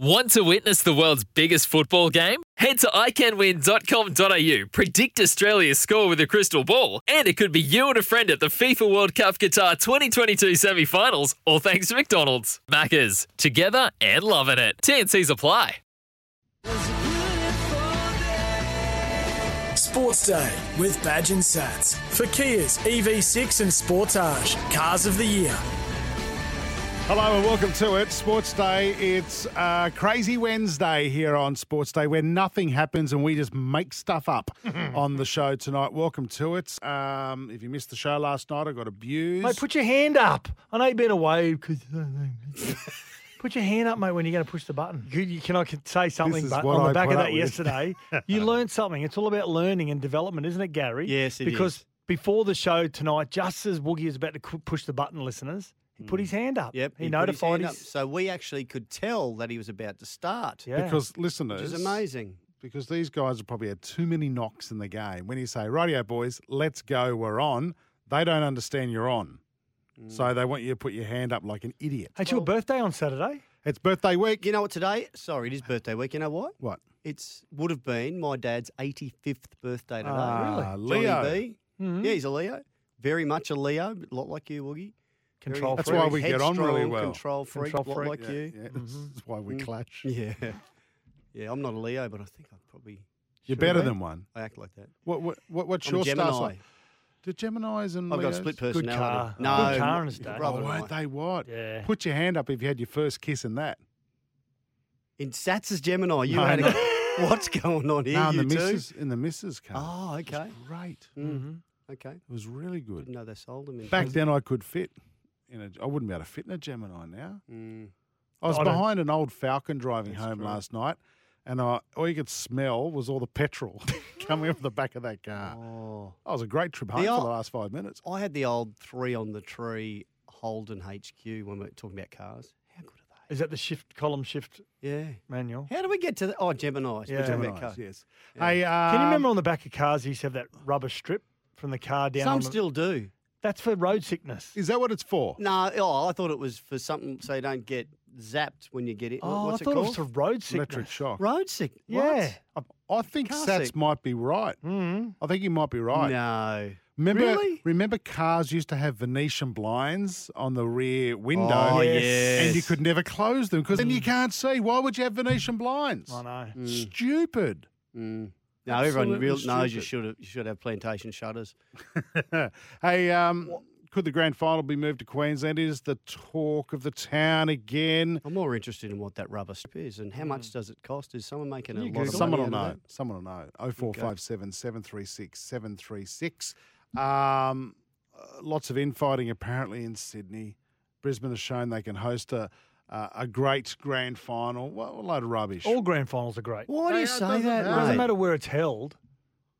Want to witness the world's biggest football game? Head to iCanWin.com.au, predict Australia's score with a crystal ball, and it could be you and a friend at the FIFA World Cup Qatar 2022 semi finals, all thanks to McDonald's. Maccas, together and loving it. TNC's apply. Sports Day with Badge and Sats for Kia's EV6 and Sportage Cars of the Year. Hello and welcome to it. Sports Day. It's uh, Crazy Wednesday here on Sports Day where nothing happens and we just make stuff up on the show tonight. Welcome to it. Um, if you missed the show last night, I got abused. Mate, put your hand up. I know you've been away because. Put your hand up, mate, when you're going to push the button. You, you can I can say something, is but what on the I back put of up that with. yesterday, you learned something. It's all about learning and development, isn't it, Gary? Yes, it because is. before the show tonight, just as Woogie was about to cu- push the button, listeners, he put his hand up. Mm. Yep. He, put his notified hand his. up. So we actually could tell that he was about to start, Yeah. Because listeners, which is amazing. because these guys have probably had too many knocks in the game. When you say, "Radio boys, let's go, we're on," they don't understand you're on, Mm. so they want you to put your hand up like an idiot. Hey, it's your birthday on Saturday. It's birthday week. You know what today? Sorry, it is birthday week. You know what? What? It's would have been my dad's 85th birthday today. Ah, Johnny really? Leo. B. Mm-hmm. Yeah, he's a Leo. Very much a Leo, a lot like you, Woogie. Very Control That's why very we get on really headstrong, well. Control freak, Control lot freak, like Yeah, you. Mm-hmm. Mm. yeah, that's, that's why we clash. Yeah. yeah. I'm not a Leo, but I think I probably You're should better be. than one. I act like that. What? What? what what's I'm a your star Gemini. sign? Do Gemini's and I've got a Leos- split personality. car. No, Good car in his day. rather Oh, than weren't I. they what? Yeah. Put your hand up if you had your first kiss in that. In Sats is Gemini. You No, had no. a, what's going on here? no, in you the two? missus in the missus car. Oh, okay. Great. Okay. It was really good. Didn't know they sold them. In Back then, I could fit in a. I wouldn't be able to fit in a Gemini now. Mm. I was I don't- behind an old Falcon driving home last night, and I, all you could smell was all the petrol coming off the back of that car. Oh. That was a great trip home for old- the last five minutes. I had the old three on the tree Holden HQ when we are talking about cars. How good are Is that the shift column shift they? Yeah. manual? How do we get to that? Oh, Gemini. Yeah. Geminis, yes. Hey, Can you um, remember on the back of cars, he used to have that rubber strip from the car down? on Some the- still do. That's for road sickness. Is that what it's for? No, oh, I thought it was for something so you don't get zapped when you get it. What- Oh, What's I thought it it, called? was for road sickness. Electric shock. Road sick. Yeah. I think Car Sats seat. might be right. Mm. I think he might be right. No. Remember, Really? remember, cars used to have Venetian blinds on the rear window, Oh, Yes. and you yes. could never close them because then you can't see. Why would you have Venetian blinds? Mm. I know. Stupid. Mm. No, everyone Absolutely real knows you stupid. should have you should have plantation shutters. hey, um, could the grand final be moved to Queensland? Is the talk of the town again? I'm more interested in what that rubber strip is and how Mm. much does it cost? Is someone making a You lot of Google it. Someone money will out know. of that? Someone Oh will know. 0457 736 736. Um, uh, lots of infighting apparently in Sydney. Brisbane has shown they can host a, uh, a great grand final. What a load of rubbish. All grand finals are great. Why do Yeah, you it say doesn't that? matter. It doesn't mate? matter where it's held.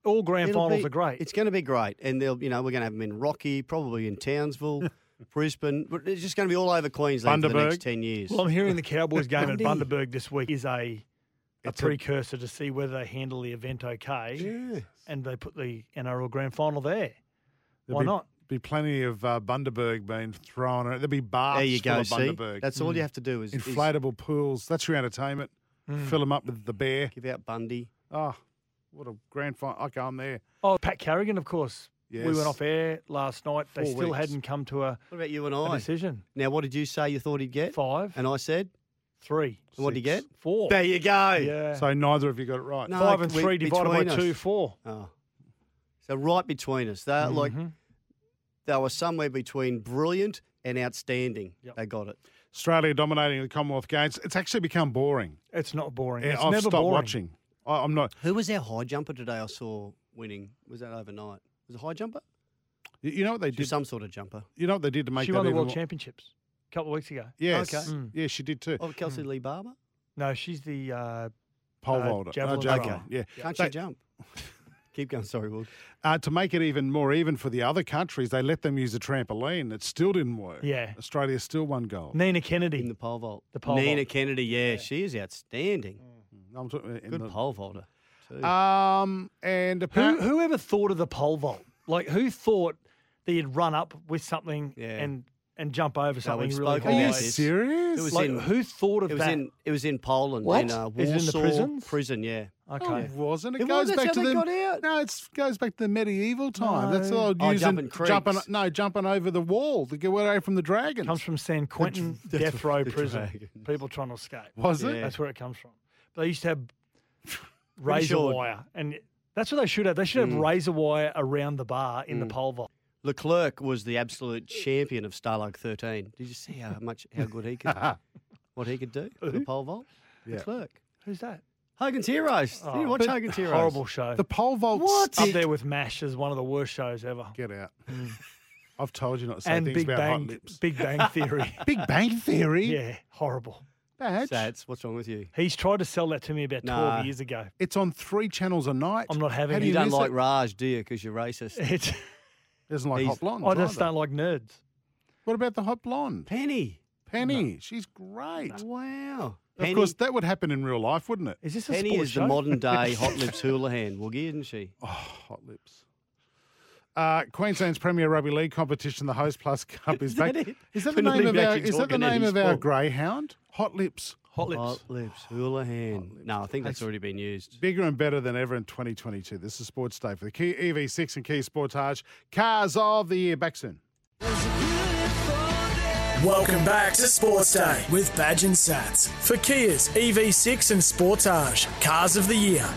All grand It'll finals be- are great. It's going to be great, and they'll you know we're going to have them in Rocky, probably in Townsville, Brisbane. But It's just going to be all over Queensland for the Bundaberg. next ten years. well, I'm hearing the Cowboys game at Bundy. Bundaberg this week is a, a It's a- precursor to see whether they handle the event okay, yeah. and they put the NRL grand final there. Why be, not? Be plenty of uh, Bundaberg being thrown. around. There'll be bars There you full go. See, of Bundaberg. Mm. that's all you have to do is, is Inflatable pools. That's your entertainment. Fill them up with the bear. give out Bundy. Oh, what a grand final. Okay, I'm there. Oh, Pat Carrigan, of course. We Yes. went off air last night. they Four still weeks. hadn't come to a, What about you and a I? decision. Now, what did you say you thought he'd get? Five, And I said, three, and what did he get? four. There you go. Yeah. So neither of you got it right. No. Five and we- three divided by between us. two, four. Oh. So right between us, they Mm-hmm. like they were somewhere between brilliant and outstanding. Yep. They got it. Australia dominating the Commonwealth Games. It's actually become boring. It's not boring. Yeah, it's I've never stopped boring. watching. I, I'm not. Who was our high jumper today? I saw winning. Was that overnight? Was it high jumper? You you know what they She was did. some sort of jumper. You know what they did to make She that won the even world Mm. more- championships a couple of weeks ago. Yes. Okay. Oh, Yeah, she did too. Hmm. Oh, Kelsey Lee Barber. No, she's the. Uh, Pole Uh, vaulter. javelin javelin. thrower. Yeah. Can't They- you jump? Keep going. Sorry, Will. Uh, to make it even more even for the other countries, they let them use a trampoline. It still didn't work. Yeah. Australia still won gold. Nina In Kennedy. the pole vault. The pole Nina vault. Mm. Kennedy. Yeah, she is outstanding. I'm talking- in Good the- pole vaulter. Too. Uh, Um, and Who, apparently, whoever thought of the pole vault? Like, who thought that you'd run up with something Yeah. and and jump over something we've really spoken are high? you about this. serious? It was Like, in- who thought of it was that? in it was in Poland in uh, Is it in the Warsaw prisons? prison. Yeah, No, okay. Oh, it Oh, wasn't. It, It goes was, that's back how to they the got out. no. It goes back to the medieval time. That's all Oh, using jumping creeks. No, jumping over the wall to get away from the dragons. comes from San Quentin death row prison. dragons. People trying to escape. was it? Yeah. That's where it comes from. But they used to have razor sure- Mm. wire, and that's what they should have. They should have razor wire around the bar in the pole vault. Leclerc was the absolute champion of Starlog 13. Did you see how much how good he could what he could do in the pole vault? Leclerc. Who's that? Hogan's Heroes. Did you watch but- Hogan's Heroes? Oh, Horrible show. The pole vault. up there with Mash as one of the worst shows ever. Get out. I've told you not to say And things Big about hot Bang, lips. Big Bang Theory. Big Bang Theory. yeah, horrible. Badge. Sats, what's wrong with you? He's tried to sell that to me about Nah. twelve years ago. It's on three channels a night. I'm not having How it. do You, you don't miss like it? Raj, do you? Because you're racist. It's, Doesn't like hot He's- blonde. I just don't either. like nerds. What about the hot blonde? Penny. Penny. She's great. Wow. Of Penny, course, that would happen in real life, wouldn't it? Is this a Penny sports is show? the modern day Hot Lips Houlihan, Woogie, isn't she? Hot lips. Uh, Queensland's premier rugby league competition, the Host Plus Cup, is, Is back. that it? Is that the We're not name of even our? actually Is that the talking name any of our sport. greyhound? Hot lips, Hot lips. Hot Lips Houlihan. No, I think that's already been used. bigger and better than ever in 2022. This is Sports Day for the Kia EV6 and Kia Sportage cars of the year. Back soon. Welcome back to Sports Day with Badge and Sats. For Kia's EV6 and Sportage, Cars of the Year.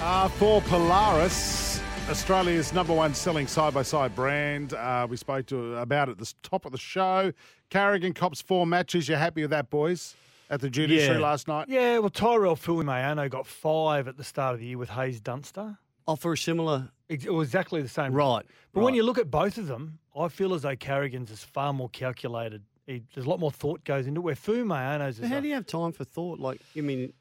Uh, for Polaris, Australia's number one selling side by side brand. Uh, we spoke to about it at the s- top of the show. Carrigan cops four matches. You're happy with that, boys? At the judiciary Yeah. last night. Yeah, well, Tyrell Fuimayano got five at the start of the year with Hayes Dunster. Offer Oh, a similar. Ex- It was exactly the same. Right. But when right. you look at both of them, I feel as though Carrigan's is far more calculated. He, there's a lot more thought goes into it. Where Fumayano's is How like, do you have time for thought? Like, I mean,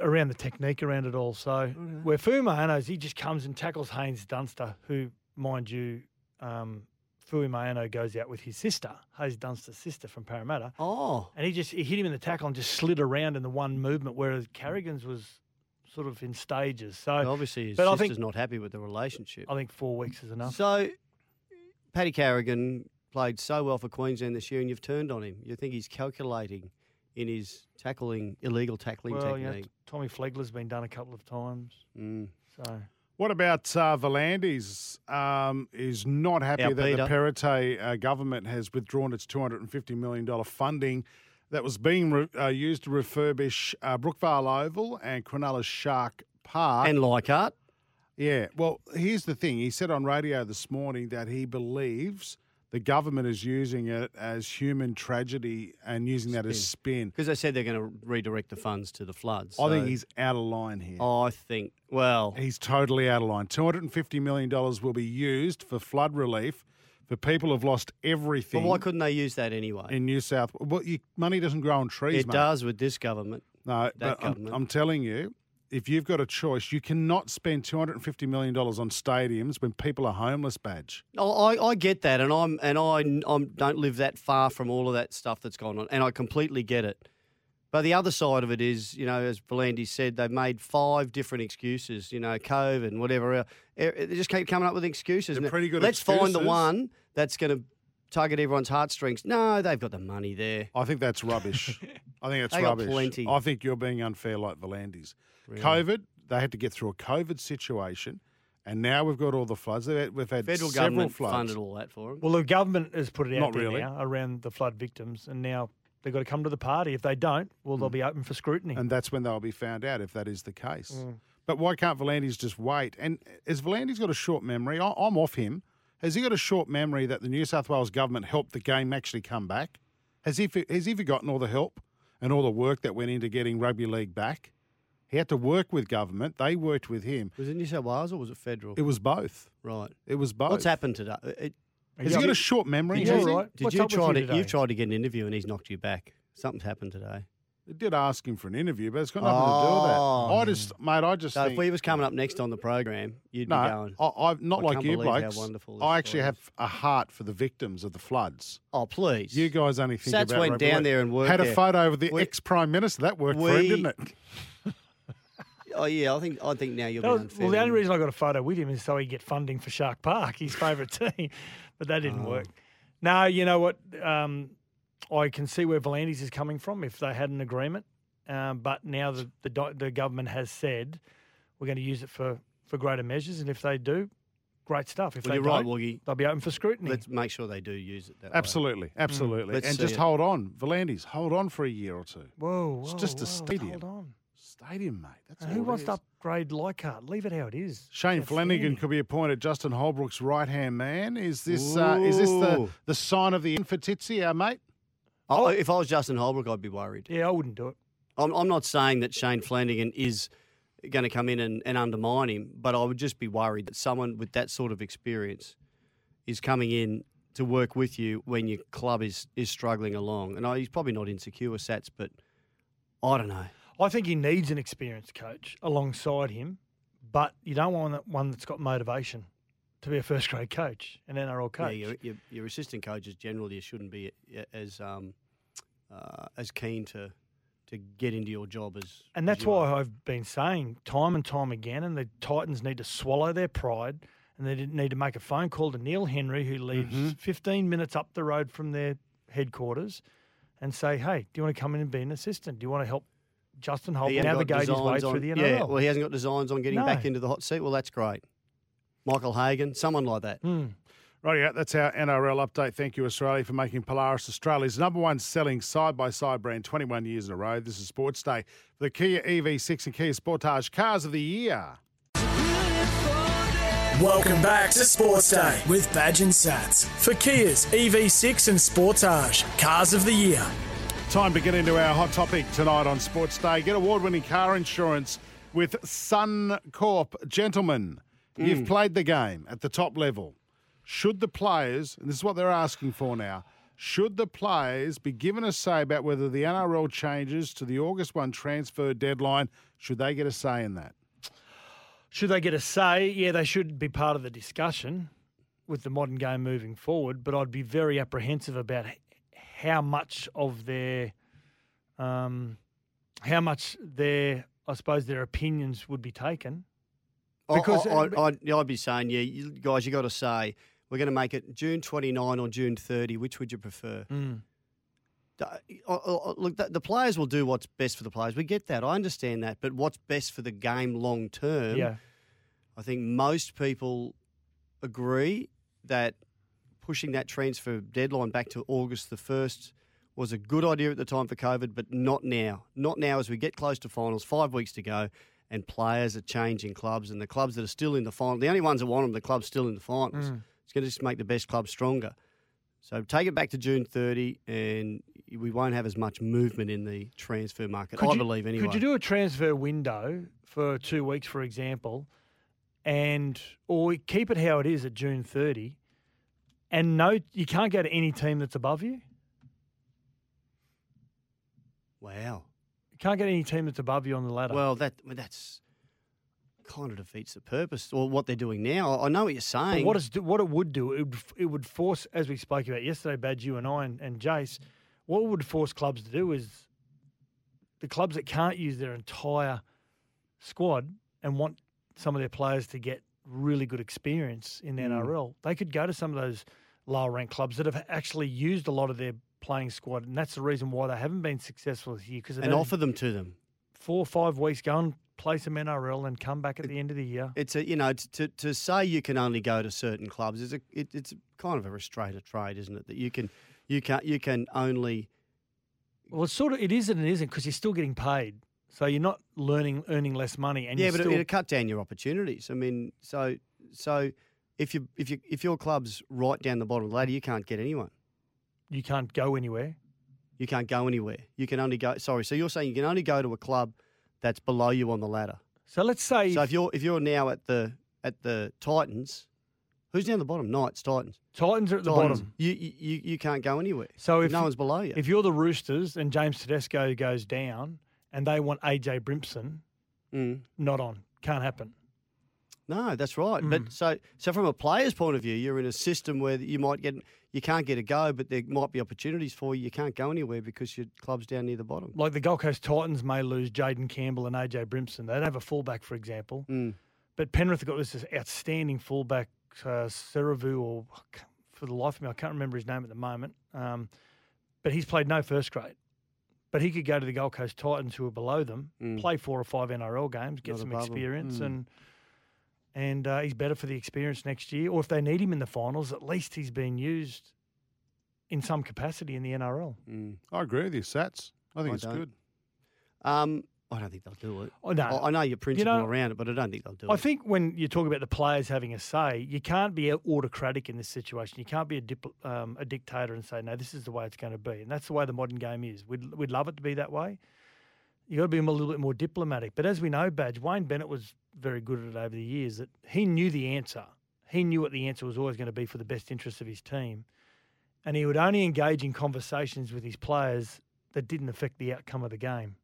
around the technique around it all. So Mm-hmm. where Fumayano's, he just comes and tackles Haynes Dunster, who, mind you, um, Fumayano goes out with his sister, Hayes Dunster's sister from Parramatta. oh, And he just he hit him in the tackle and just slid around in the one movement, whereas Carrigan's was sort of in stages. So obviously his but I sister's think not happy with the relationship. I think four weeks is enough. So, Paddy Carrigan played so well for Queensland this year, and you've turned on him. You think he's calculating in his tackling illegal tackling well, you know, technique? Tommy Flegler's been done a couple of times. Mm. So What about uh, Volandis? Um, is not happy Our that the Peter. Perrottet uh, government has withdrawn its $250 million funding that was being re- uh, used to refurbish uh, Brookvale Oval and Cronulla Shark Park. And Leichhardt, yeah, well, here's the thing. He said on radio this morning that he believes the government is using it as human tragedy and using that as spin. because they said they're going to redirect the funds to the floods. I think so he's out of line here. I think. Well, He's totally out of line. $250 million will be used for flood relief for people who've lost but everything why couldn't they use that anyway? in New South Well, you, money doesn't grow on trees, it mate. does with this government. No, but I'm, government. I'm telling you, if you've got a choice, you cannot spend $250 million on stadiums when people are homeless, badge. I, Oh, I, I get that, and I'm and I I'm, don't live that far from all of that stuff that's gone on, and I completely get it. But the other side of it is, you know, as Valenti said, they've made five different excuses, you know, COVID and whatever. else. Eh, eh, They just keep coming up with excuses. They're And pretty good Let's find the excuses. one that's going to target everyone's heartstrings. No, they've got the money there. I think that's rubbish. I think that's They got rubbish. plenty. I think you're being unfair like Volandis. COVID, they had to get through a COVID situation, and now we've got all the floods. They've had- We've had Federal several government floods. funded all that for them. well, the government has put it out Not there really. now around the flood victims, and now they've got to come to the party. If they don't, well, Mm. they'll be open for scrutiny. And that's when they'll be found out if that is the case. But why can't Volandis just wait? And has Volandis got a short memory? I- I'm off him. Has he got a short memory that the New South Wales government helped the game actually come back? Has he, for- has he forgotten all the help and all the work that went into getting rugby league back? He had to work with government. They worked with him. Was it New South Wales or was it federal? It was both. right. It was both. What's happened today? It, Has he got a short memory? Yeah, has he? right. Did What's you up with try you to today? you've tried to get an interview and he's knocked you back? Something's happened today. It did ask him for an interview, but it's got nothing to do with that. I Oh. just, mate, I just So if think. we was coming up next on the program, you'd be no, going. Oh, I, I'm not I like can't you believe how blokes. wonderful this I actually guy have a heart for the victims of the floods. Oh, please. You guys only think Sats about went rugby down league. there and worked Had a there. photo with the We- ex prime minister. That worked for him, we- didn't it? Oh yeah, I think I think now you'll That be was, unfair. well, the to only him. reason I got a photo with him is so he'd get funding for Shark Park, his favourite team, but that Ah. didn't work. No, you know what? Um, I can see where Volandis is coming from if they had an agreement, um, but now the, the do- the government has said we're going to use it for for greater measures, and if they do, great stuff. If Well, they you're right, don't, Woogie. they'll be open for scrutiny. Let's make sure they do use it. That way. Absolutely, absolutely. Mm, Let's and see just it. hold on, Volandis. Hold on for a year or two. whoa, It's whoa, just a whoa, stadium. Hold on. Stadium, mate. That's all And Uh, who it wants is. to upgrade Leichhardt? Leave it how it is. Shane Flanagan Outstanding. could be appointed Justin Holbrook's right hand man. Is this uh, is this the, Ooh. the sign of the end for Titsy, our mate? I, Oh, if I was Justin Holbrook, I'd be worried. Yeah, I wouldn't do it. I'm, I'm not saying that Shane Flanagan is going to come in and, and undermine him, but I would just be worried that someone with that sort of experience is coming in to work with you when your club is is struggling along. And I, he's probably not insecure, Sats, but I don't know. I think he needs an experienced coach alongside him, but you don't want that one that's got motivation to be a first grade coach, an NRL Yeah, coach. your, your, your assistant coaches generally shouldn't be a- as um, uh, as keen to to get into your job as. and as that's you are. why I've been saying time and time again, and the Titans need to swallow their pride and they didn't need to make a phone call to Neil Henry, who lives Mm-hmm. 15 minutes up the road from their headquarters, and say, hey, do you want to come in and be an assistant? Do you want to help Justin Holt He hasn't got navigate his way designs through on- the NRL? Yeah, well, he hasn't got designs on getting back No. into the hot seat. Well, that's great. Michael Hagan, someone like that. Hmm, Right, yeah, that's our NRL update. Thank you, Australia, for making Polaris Australia's number one selling side by side brand 21 years in a row. This is Sports Day for the Kia EV6 and Kia Sportage Cars of the Year. Welcome back to Sports Day with Badge and Sats for Kia's EV6 and Sportage Cars of the Year. Time to get into our hot topic tonight on Sports Day. Get award winning car insurance with Suncorp. Gentlemen, you've played the game at the top level. Should the players, and this is what they're asking for now, should the players be given a say about whether the NRL changes to the August 1 transfer deadline? Should they get a say in that? Should they get a say? Yeah, they should be part of the discussion with the modern game moving forward, but I'd be very apprehensive about h- how much of their, um, how much their, I suppose, their opinions would be taken. Because- uh, Because I, I, I'd, I'd be saying, yeah, you guys, you got to say we're going to make it June 29 or June 30. Which would you prefer? Hmm. D- I- I- Look, the, the players will do what's best for the players. We get that. I understand that. But what's best for the game long term? yeah. I think most people agree that pushing that transfer deadline back to August the 1st was a good idea at the time for COVID, but not now. Not now as we get close to finals, five weeks to go, and players are changing clubs, and the clubs that are still in the final, the only ones that want them, the clubs still in the finals. Mm. It's going to just make the best clubs stronger. So take it back to June 30, and we won't have as much movement in the transfer market, I you, believe, anyway. Could you do a transfer window for two weeks, for example, and or keep it how it is at June 30, and no, you can't go to any team that's above you. wow. You can't get any team that's above you on the ladder. Well, that well, that's kind of defeats the purpose or what they're doing now. I I know what you're But saying. what, is, what it would do, it would, f- it would force, as we spoke about yesterday, Badge, you and I and, and Jace, what it would force clubs to do is the clubs that can't use their entire squad and want some of their players to get really good experience in the NRL, they could go to some of those lower ranked clubs that have actually used a lot of their playing squad. And that's the reason why they haven't been successful this year because they've and had offer them to them. four or five weeks go and play some NRL and come back at the end of the year. It's a you know t- to to say you can only go to certain clubs is a it, it's kind of a restraint of trade, isn't it? That you can you can you can only Well, it's sort of it is and it isn't because you're still getting paid, so you're not learning earning less money, and yeah, you're but still, it'll cut down your opportunities. I mean, so so if you if you if your club's right down the bottom of the ladder, you can't get anyone. you can't go anywhere. You can't go anywhere. You can only go. Sorry, so you're saying you can only go to a club that's below you on the ladder. So let's say So if you're if you're now at the at the Titans, Who's down the bottom? Knights, Titans. Titans are at the Titans. bottom. You, you you- you can't go anywhere. So if no you- one's below you. If you're the Roosters and James Tedesco goes down and they want AJ Brimson, Mm. not on. Can't happen. No, that's right. Mm. But so so from a player's point of view, you're in a system where you might get you can't get a go, but there might be opportunities for you. You can't go anywhere because your club's down near the bottom. Like the Gold Coast Titans may lose Jaden Campbell and AJ Brimson. They don't have a fullback, for example. Mm. But Penrith have got this outstanding fullback, uh, Seravu, or I can't- for the life of me, I can't remember his name at the moment. Um, but he's played no first grade. But he could go to the Gold Coast Titans, who are below them, Mm. play four or five NRL games, get Not a some problem. Mm. experience, and and uh, he's better for the experience next year. Or if they need him in the finals, at least he's been used in some capacity in the NRL. Mm. I agree with you, Sats. I think I it's don't. good. Um, I don't think they'll do it. Oh, no. I, I know your principle know- around it, but I don't think they'll do I it. think when you talk about the players having a say, you can't be autocratic in this situation. You can't be a, dip, um, a dictator and say, no, this is the way it's going to be. And that's the way the modern game is. We'd, we'd love it to be that way. you got to be a little bit more diplomatic. But as we know, Badge, Wayne Bennett was very good at it over the years that he knew the answer. He knew what the answer was always going to be for the best interest of his team. And he would only engage in conversations with his players that didn't affect the outcome of the game.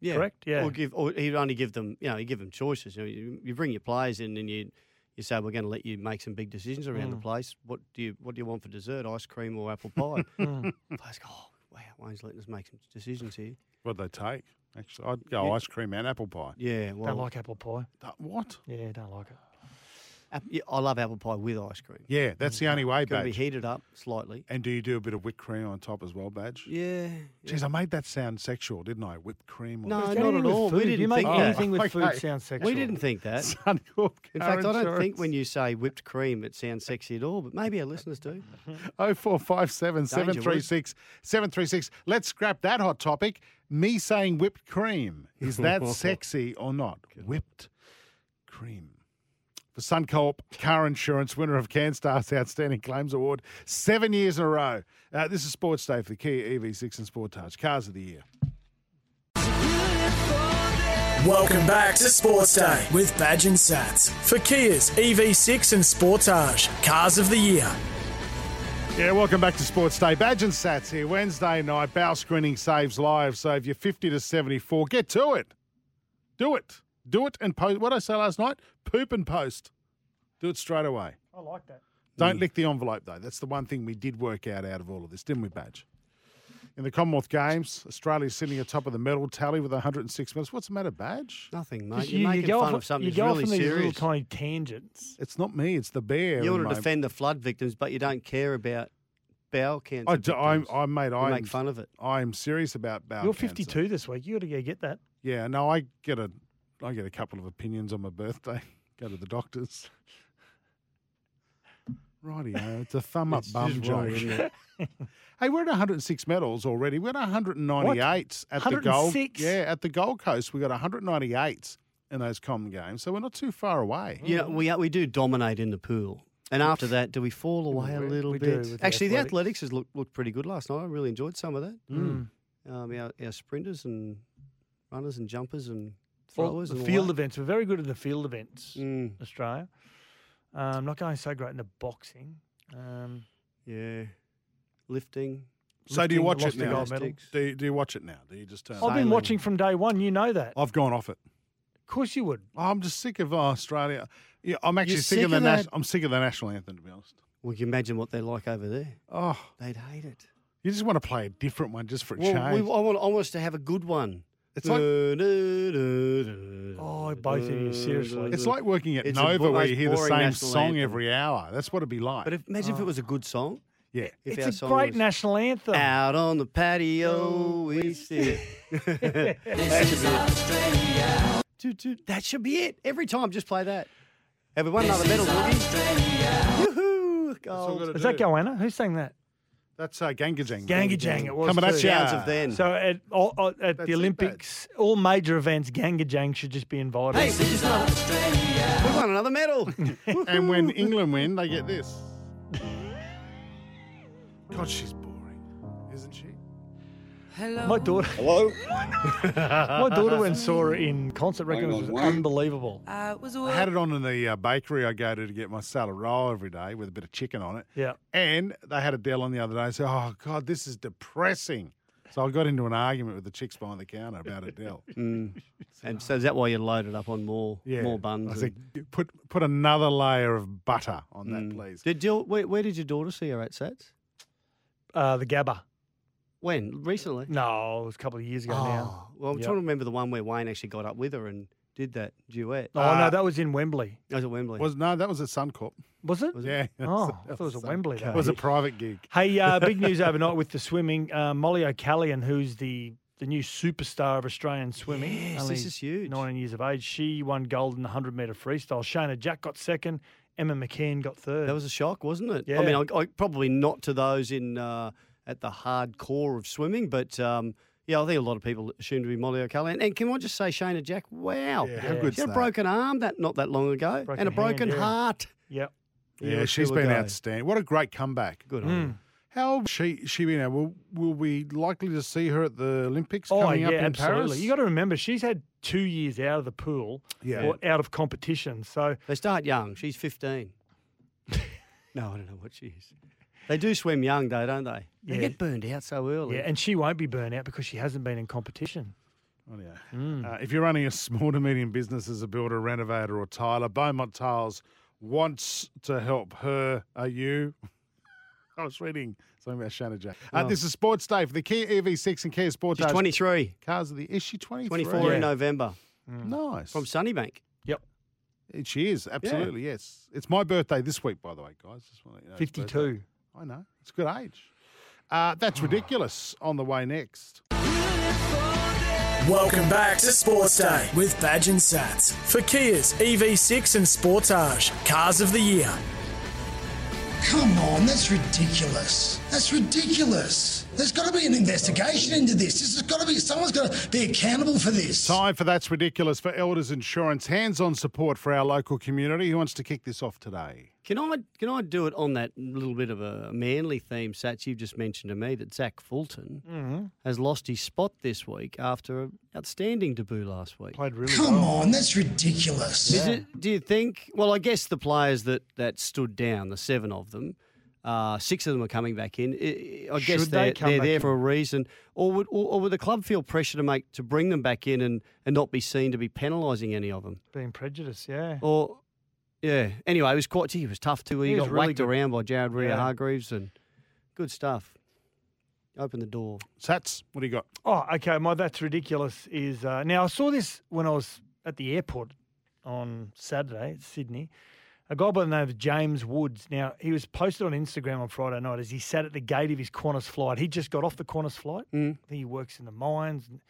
yeah. correct, yeah. Or give or he'd only give them you know you give them choices. You, know, you, you bring your players in and you you say we're going to let you make some big decisions around Mm. the place. What do you what do you want for dessert? Ice cream or apple pie? Mm. Players go, oh, wow, Wayne's letting us make some decisions here. What would they take? Actually, I'd go Yeah. ice cream and apple pie. Yeah, well, don't like apple pie. Th- What? Yeah, don't like it. ap- yeah, I love apple pie with ice cream. Yeah, that's the only way, Got to be Badge. heated up slightly. And do you do a bit of whipped cream on top as well, Badge? Yeah. Jeez, I made that sound sexual, didn't I? Whipped cream. on No, top. not Anything at with all. We food. didn't you make think that. anything with food Okay. sound sexual. We didn't think that. Suncorp In fact, I don't think when you you say whipped cream, it sounds sexy at all, but maybe our listeners do. 0457 Danger, would. 736 736. Let's scrap that hot topic. Me saying whipped cream. Is that sexy or not? Whipped cream. For Suncorp Car Insurance, winner of CanStar's Outstanding Claims Award, seven years in a row. Uh, this is Sports Day for the Kia EV6 and Sportage Cars of the Year. Welcome back to Sports Day with Badge and Sats for Kia's EV6 and Sportage Cars of the Year. Yeah, welcome back to Sports Day. Badge and Sats here. Wednesday night, bowel screening saves lives. So if you're 50 to 74, get to it. Do it. Do it and post. What did I say last night? Poop and post. Do it straight away. I like that. Mm. Don't lick the envelope, though. That's the one thing we did work out out of all of this, didn't we, Badge? In the Commonwealth Games, Australia's sitting atop of the medal tally with 106 minutes. What's the matter, Badge? Nothing, mate. Just You're making fun of something you that's go off really on these little serious. tiny tangents. It's not me, it's the bear. You in want my- to defend the flood victims, but you don't care about bowel cancer. I, do, I'm, victims. I'm, mate, You I'm, make fun of it. I'm serious about bowel You're cancer. 52 this week. You got to go get that. Yeah, no, I get a I get a couple of opinions on my birthday. Go to the doctors. Rightio, it's a thumb up It's bum just wrong, joke. isn't it? Hey, we're at 106 medals already. We're at 198 at the Gold. 106? Yeah, at the Gold Coast, we got 198 in those common games, so we're not too far away. You know, we we do dominate in the pool, and after that, do we fall away a We- little we do bit? with the Actually, athletics. the athletics has looked looked pretty good last night. I really enjoyed some of that. Mm. Um, our, our sprinters and runners and jumpers and Well, throwers the and field all that. events. We're very good at the field events, Mm, Australia. Um, not going so great in the boxing. Um, yeah, lifting. so do you lifting, watch it lost the now? gold medal. Gymnastics. Do you, do you watch it now? Do you just turn? I've been Sailing. watching from day one. You know Oh. that. I've gone off it. Of course you would. I'm just sick of uh, Australia. Yeah, I'm actually You're sick, sick of the of national. that- I'm sick of the national anthem, to be honest. Well, you imagine what they're like over there. Oh, They'd hate it. you just want to play a different one just for a Well, uh, we, I change. want, I want us to have a good one. It's like- Oh, both of you, seriously. It's like working at It's a Nova bo- where most you hear the boring same national song anthem. every hour. That's what it'd be like. But if, imagine Oh. if it was a good song. yeah. If our it's a song great was, national Oh. anthem. Out on the patio, we sit. Toot, toot. that should be it. Every time, just play that. Have we won another medal? Woohoo! Gold. Is that Goanna? Who sang that? That's uh, Gangajang. Gangajang, it was Coming at too. Sounds ya. of then. So at, all, all- at That's it, the Olympics, all major events, Ganga Jang should just be invited. hey, we just won. We won another medal. And when England win, they get this. God, she's boring, isn't she? My daughter, Hello? my daughter went and saw her in concert. Reckon it Hang was on, wait. unbelievable. Uh, it was all I had it on in the uh, bakery I go to to get my salad roll every day with a bit of chicken on it. Yeah. And they had Adele on the other day. So, oh God, this is depressing. So I got into an argument with the chicks behind the counter about Adele. Mm. And so is that why you loaded up on more more buns? I and- said, put put another layer of butter on that, please. mm. Did you, where, where did your daughter see her at Sats? Uh, the Gabba. When recently? No, it was a couple of years ago now. Oh, well, I'm Yep. trying to remember the one where Wayne actually got up with her and did that duet. Ah, Oh Uh, no, that was in Wembley. That was at Wembley. Was no, that was at Suncorp. Was it? Yeah. Oh, I thought it was at Sun- Wembley, It though. was a private gig. Hey, uh, big news overnight with the swimming. Uh, Molly O'Callaghan, who's the the new superstar of Australian swimming, Yes, only this is huge. 19 years of age. She won gold in the 100 metre freestyle. Shana Jack got second. Emma McKeon got third. that was a shock, wasn't it? I Yeah. mean, I, I, probably not to those in uh, at the hardcore of swimming, but um, yeah, I think a lot of people assumed to be Molly O'Callaghan. And can I just say, Shana Jack? Wow, Yeah, how Yeah. good's she had a that? broken arm that not that long ago, Broken and a broken hand, yeah. heart. yep. year Yeah, or she's two been ago. outstanding. What a great comeback. Hmm. Good on her. How old she she been now? Will, will we likely to see her at the Olympics Oh coming yeah, up in absolutely. Paris? You got to remember, she's had two years out of the pool Yeah. or out of competition. So They start young. She's 15. no, I don't know what she is. They do swim young, though, don't they? They Yeah. get burned out so early. yeah, and she won't be burnt out because she hasn't been in competition. Oh, yeah. Uh, if you're running a small to medium business as a builder, renovator, or tiler, Beaumont Tiles wants to help her. Are you? I was reading something about Shannon Jack. Uh, This is Sports Day for the Kia EV6 and Kia She's Sportage. 23, Cars of the is she 23? 24 in November Nice. from Sunnybank. Yep. she is absolutely yes. It's my birthday this week, by the way, guys. Just wanna let you know it's birthday. 52. I know it's a good age. Uh, that's ridiculous. On the way next. Welcome back to Sports Day with Badge and Sats for Kia's EV6 and Sportage Cars of the Year. Come on, that's ridiculous. That's ridiculous. There's got to be an investigation into this. This has got to be someone's got to be accountable for this. Time for That's Ridiculous for Elders Insurance. Hands on support for our local community. Who wants to kick this off today? Can I can I do it on that little bit of a manly theme, Sats? You've just mentioned to me that Zach Fulton Mm-hmm. has lost his spot this week after an outstanding debut last week. Played really Come well. on, that's ridiculous. Is it, do you think? Well, I guess the players that, that stood down, the seven of them, uh, six of them are coming back in. I- I I guess Should they they're, come they're back there in? for a reason. Or would or, or would the club feel pressure to make to bring them back in and, and not be seen to be penalising any of them? Being prejudiced, yeah. Or yeah. Anyway, it was quite. Gee, it was tough too. He, He was got really whacked good. around by Jared Rea Yeah. Hargreaves and good stuff. Open the door. Sats, what do you got? Oh, okay. My that's ridiculous is uh, now I saw this when I was at the airport on Saturday at Sydney. A guy by the name of James Woods. Now he was posted on Instagram on Friday night as he sat at the gate of his Qantas flight. He just got off the Qantas flight. I think he works in the mines, and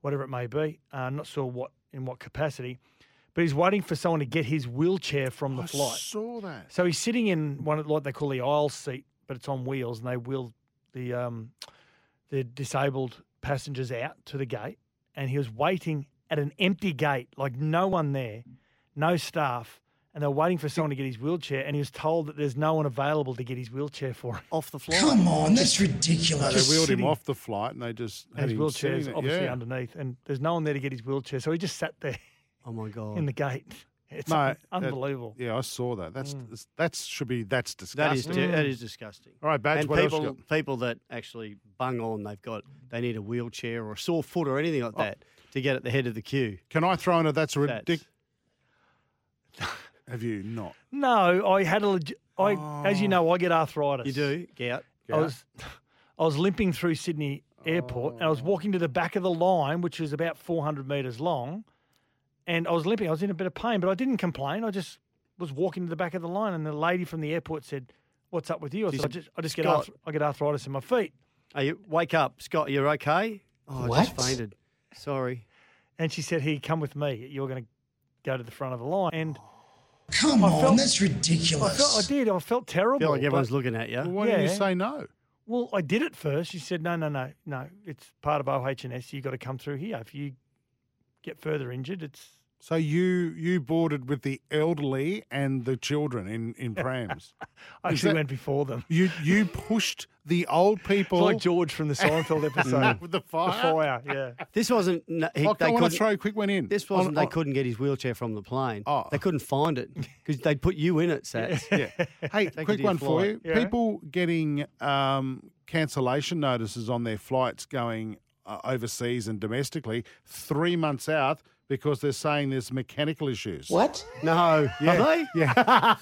whatever it may be. Uh, not sure what in what capacity, but he's waiting for someone to get his wheelchair from the I flight. saw that. So he's sitting in one of like they call the aisle seat, but it's on wheels, and they wheel the um, the disabled passengers out to the gate, and he was waiting at an empty gate, like no one there, no staff, and they're waiting for someone to get his wheelchair, and he was told that there's no one available to get his wheelchair for him. Off the fly. Come on, that's They ridiculous. wheeled him sitting- off the flight and they just had And his him wheelchair's sitting there. obviously yeah. underneath, and there's no one there to get his wheelchair, so he just sat there Oh my god. in the gate. It's Mate, that- unbelievable. Yeah, I saw that. That's that should be that's Hmm. That is disgusting. di- that is disgusting. All right, Badge, And what else you people people that actually bung on, they've got they need a wheelchair or a sore foot or anything like that to get at the head of the queue. Can I throw in a that's That's- ridiculous? Have you not? No, I had a leg- I, as you Oh. know, I get arthritis. You do gout. I was I was limping through Sydney Airport and I Oh. was walking to the back of the line, which was about 400 metres long. And I was limping. I was in a bit of pain, but I didn't complain. I just was walking to the back of the line, and the lady from the airport said, "What's up with you?" I said, "I just, I just get Scott. arth- I get arthritis in my feet." Are you wake up, Scott? You're okay. Oh, I just What? fainted. Sorry. And she said, "Here, come with me. You're going to go to the front of the line." And Come I on, felt- that's I, felt, I ridiculous. did. I felt terrible. Feel like but- everyone's looking at Well, you. why didn't you Yeah. say no? Well, I did it first. She said, "No, no, no, no. It's part of OHS. You got to come through here. If you get further injured, it's So you you boarded with the elderly and the children in in prams. I Is actually that- went before them. You you pushed the old It's people like George from the Seinfeld episode. with the the fire. fire, Mm. yeah. This wasn't. no, I, he- they want couldn't- to throw a quick one in. This On- wasn't. they on- couldn't get his wheelchair from the plane. Oh. They couldn't find it because they put you in it, Sats. Hey, Take it quick to your one for you. flight. Yeah. People getting um, cancellation notices on their flights going uh, overseas and domestically three months out because they're saying there's mechanical issues. What? No, Yeah. are they? Yeah.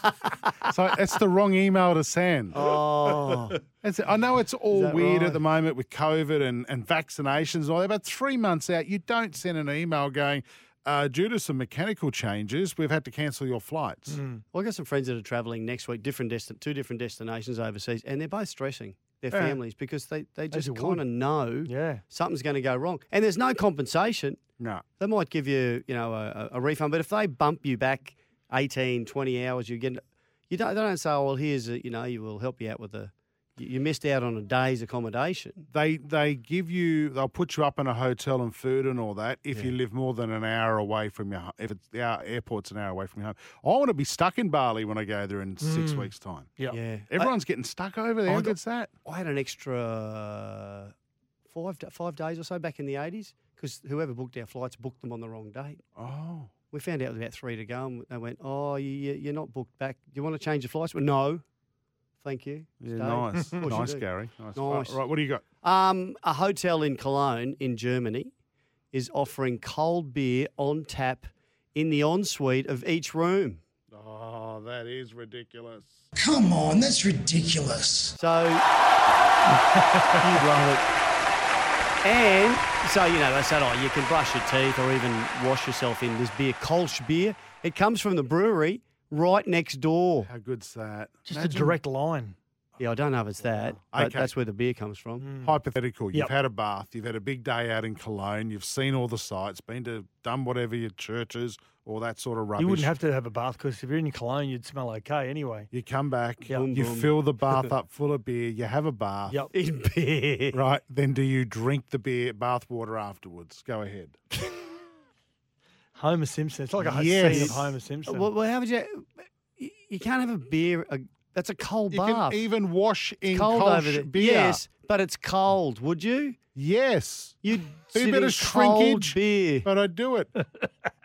so that's the wrong email to send. Oh, That's it. I know it's all that weird at right? the moment with COVID and, and vaccinations and all that, but three months out, you don't send an email going, uh, due to some mechanical changes, we've had to cancel your flights. well, I got some friends that are travelling next week, different desti- two different destinations overseas, and they're both stressing their Yeah. families because they they just you would. kind of know Yeah. something's going to go wrong, and there's no compensation. No. They might give you, you know, a, a refund, but if they bump you back 18, 20 hours, you get, you don't, they don't say, oh, well, here's, a, you know, you will help you out with the, you you missed out on a day's accommodation. They they give you they'll put you up in a hotel and food and all that if you live more than an hour away from your ho- if it's the hour, airport's an hour away from your home. I want to be stuck in Bali when I go there in six weeks' time. Yeah. Yeah. Everyone's getting stuck over there. I How got- good's that? I had an extra five da- five days or so back in the eighties because whoever booked our flights booked them on the wrong date. Oh, We found out there was about three to go, and they went, "Oh, you, you- you're not booked back. Do you want to change your flights?" Well, no, thank you. yeah, Stayed. nice, Of course you nice, do. Gary. Nice. Nice. Right, what do you got? Um, a hotel in Cologne in Germany is offering cold beer on tap in the ensuite of each room. Oh, that is ridiculous. Come on, that's ridiculous. So you'd love it. And so you know, they said, oh, you can brush your teeth or even wash yourself in this beer, Kolsch beer. It comes from the brewery right next door. How good's that? Just Imagine- a direct line. Yeah, I don't know if it's that, but Okay. Mm. that's where the beer comes from. Hypothetical. You've Yep. had a bath. You've had a big day out in Cologne. You've seen all the sights. Been to done whatever your churches, all that sort of rubbish. You wouldn't have to have a bath because if you're in Cologne, you'd smell okay anyway. You come back. Yep. Boom, You boom. fill the bath up full of beer. You have a bath. Yep. In beer. Right. Then do you drink the beer bath water afterwards? Go ahead. Homer Simpson. It's like a scene Yes. of Homer Simpson. Well, well, how would you? you- You can't have a beer. A, that's a cold You bath. can even wash in cold Kolsch over there. beer. Yes, but it's cold. Would you? Yes. You'd Do a sit bit in of cold shrinkage. beer, But I do it.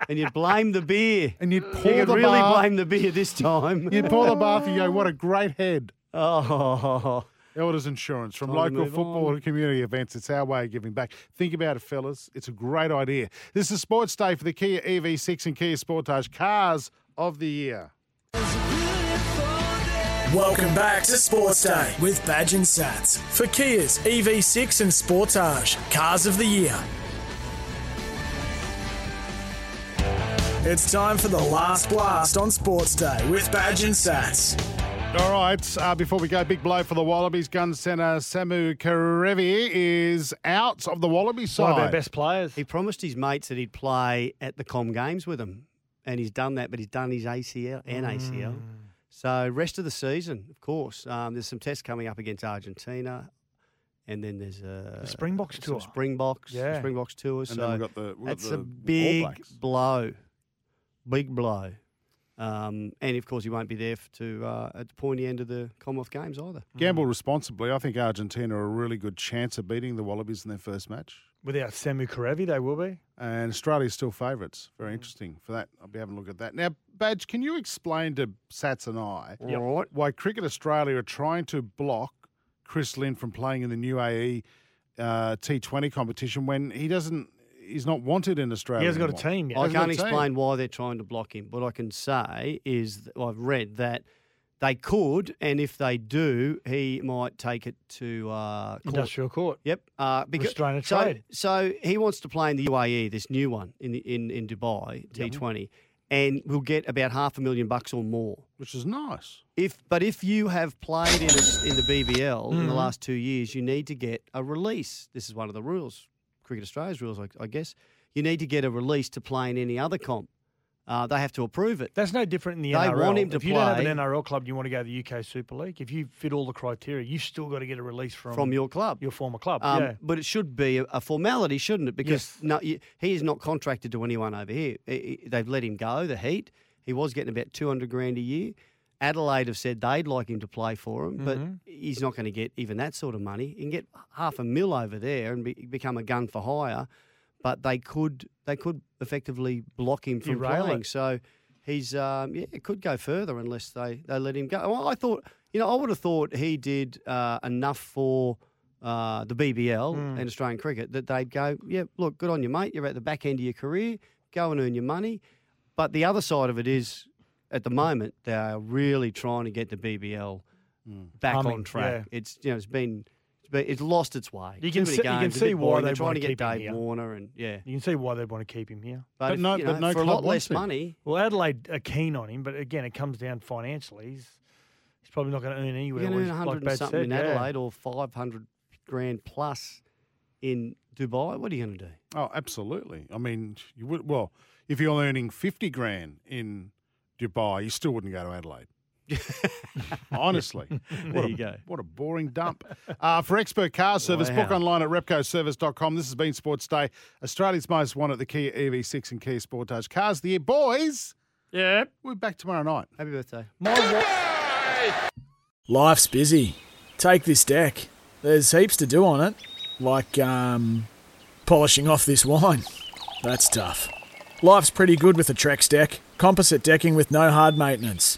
and you'd blame the beer. And you You pour could the really bath. blame the beer this time. You pour the bath. You go. What a great head. oh, Elders Insurance from Time to local move football on. and community events. It's our way of giving back. Think about it, fellas. It's a great idea. This is Sports Day for the Kia EV6 and Kia Sportage Cars of the Year. Welcome back to Sports Day with Badge and Sats for Kia's EV6 and Sportage Cars of the Year. It's time for the last blast on Sports Day with Badge and Sats. All right. Uh, before we go, big blow for the Wallabies. Gun centre Samu Karevi is out of the Wallaby One of side. our best players. he promised his mates that he'd play at the Com Games with them, and he's done that. But he's done his ACL and Mm. ACL. So rest of the season, of course. Um, there's some tests coming up against Argentina, and then there's a The Springboks some tour. Springboks, some Yeah. Springboks tours. And so then we've got the. We've That's got a the All big Blacks. blow, big blow. Um, and of course, he won't be there f- to uh, at the pointy end of the Commonwealth Games either. Gamble responsibly. I think Argentina are a really good chance of beating the Wallabies in their first match. Without Samu Karevi, they will be. and Australia's still favourites. Mm. Very interesting for that. I'll be having a look at that. Now, Badge, can you explain to Sats and I All right. why Cricket Australia are trying to block Chris Lynn from playing in the new AE uh, T20 competition when he doesn't, he's not wanted in Australia? He hasn't got a anymore? team yet. I Hasn't got can't a team. explain why they're trying to block him. What I can say is th- I've read that they could, and if they do, he might take it to uh, court. Industrial court. Yep. Uh, becau- Restraint of so, trade. So he wants to play in the UAE, this new one in the, in in Dubai T20, and will get about half a million bucks or more. Which is nice. If but if you have played in, a, in the BBL in Mm. the last two years, you need to get a release. This is one of the rules, Cricket Australia's rules, I, I guess. You need to get a release to play in any other comp. Uh, they have to approve it. That's no different in the They NRL. want him to if you don't have play- an NRL club, and you want to go to the UK Super League. If you fit all the criteria, you've still got to get a release from From your club. your former club. Um, yeah. But it should be a- a formality, shouldn't it? Because Yes. no, y- he is not contracted to anyone over here. I- I- They've let him go. The Heat. He was getting about two hundred grand a year. Adelaide have said they'd like him to play for them, but Mm-hmm. he's not going to get even that sort of money. He can get half a mil over there and be, become a gun for hire, but they could they could effectively block him from Derail playing. it. So he's um, yeah, it could go further unless they, they let him go. Well, I thought you know I would have thought he did uh, enough for uh, the BBL Mm. and Australian cricket that they'd go yeah look good on you mate you're at the back end of your career go and earn your money. But the other side of it is at the moment they are really trying to get the BBL back Mm. Humming, on track. It's you know it's been. it's been- It's lost its way. You Too can many see- you can games, a bit see why boring. they They're trying wanna to get keep him Dave here. Warner and yeah, you can see why they want to keep him here. but, if, no- you but know, no for a club lot wants less him. money. Well, Adelaide are keen on him, but again, it comes down financially. He's, he's probably not going to earn anywhere. You're going to where he's- earn 100 like and Bad something said, in yeah. Adelaide or 500 grand plus in Dubai. What are you going to do? Oh, absolutely. I mean, you would well if you're earning fifty grand in Dubai, you still wouldn't go to Adelaide. Honestly, what There a, you go. What a boring dump. Uh, for expert car service, book Wow. online at repcoservice.com. This has been Sports Day, Australia's most wanted, the Kia EV6 and Kia Sportage cars. of The year, boys. Yeah. We're back tomorrow night. Happy birthday. Life's busy. Take this deck. There's heaps to do on it, like um, polishing off this wine. That's tough. Life's pretty good with a Trex deck. Composite decking with no hard maintenance.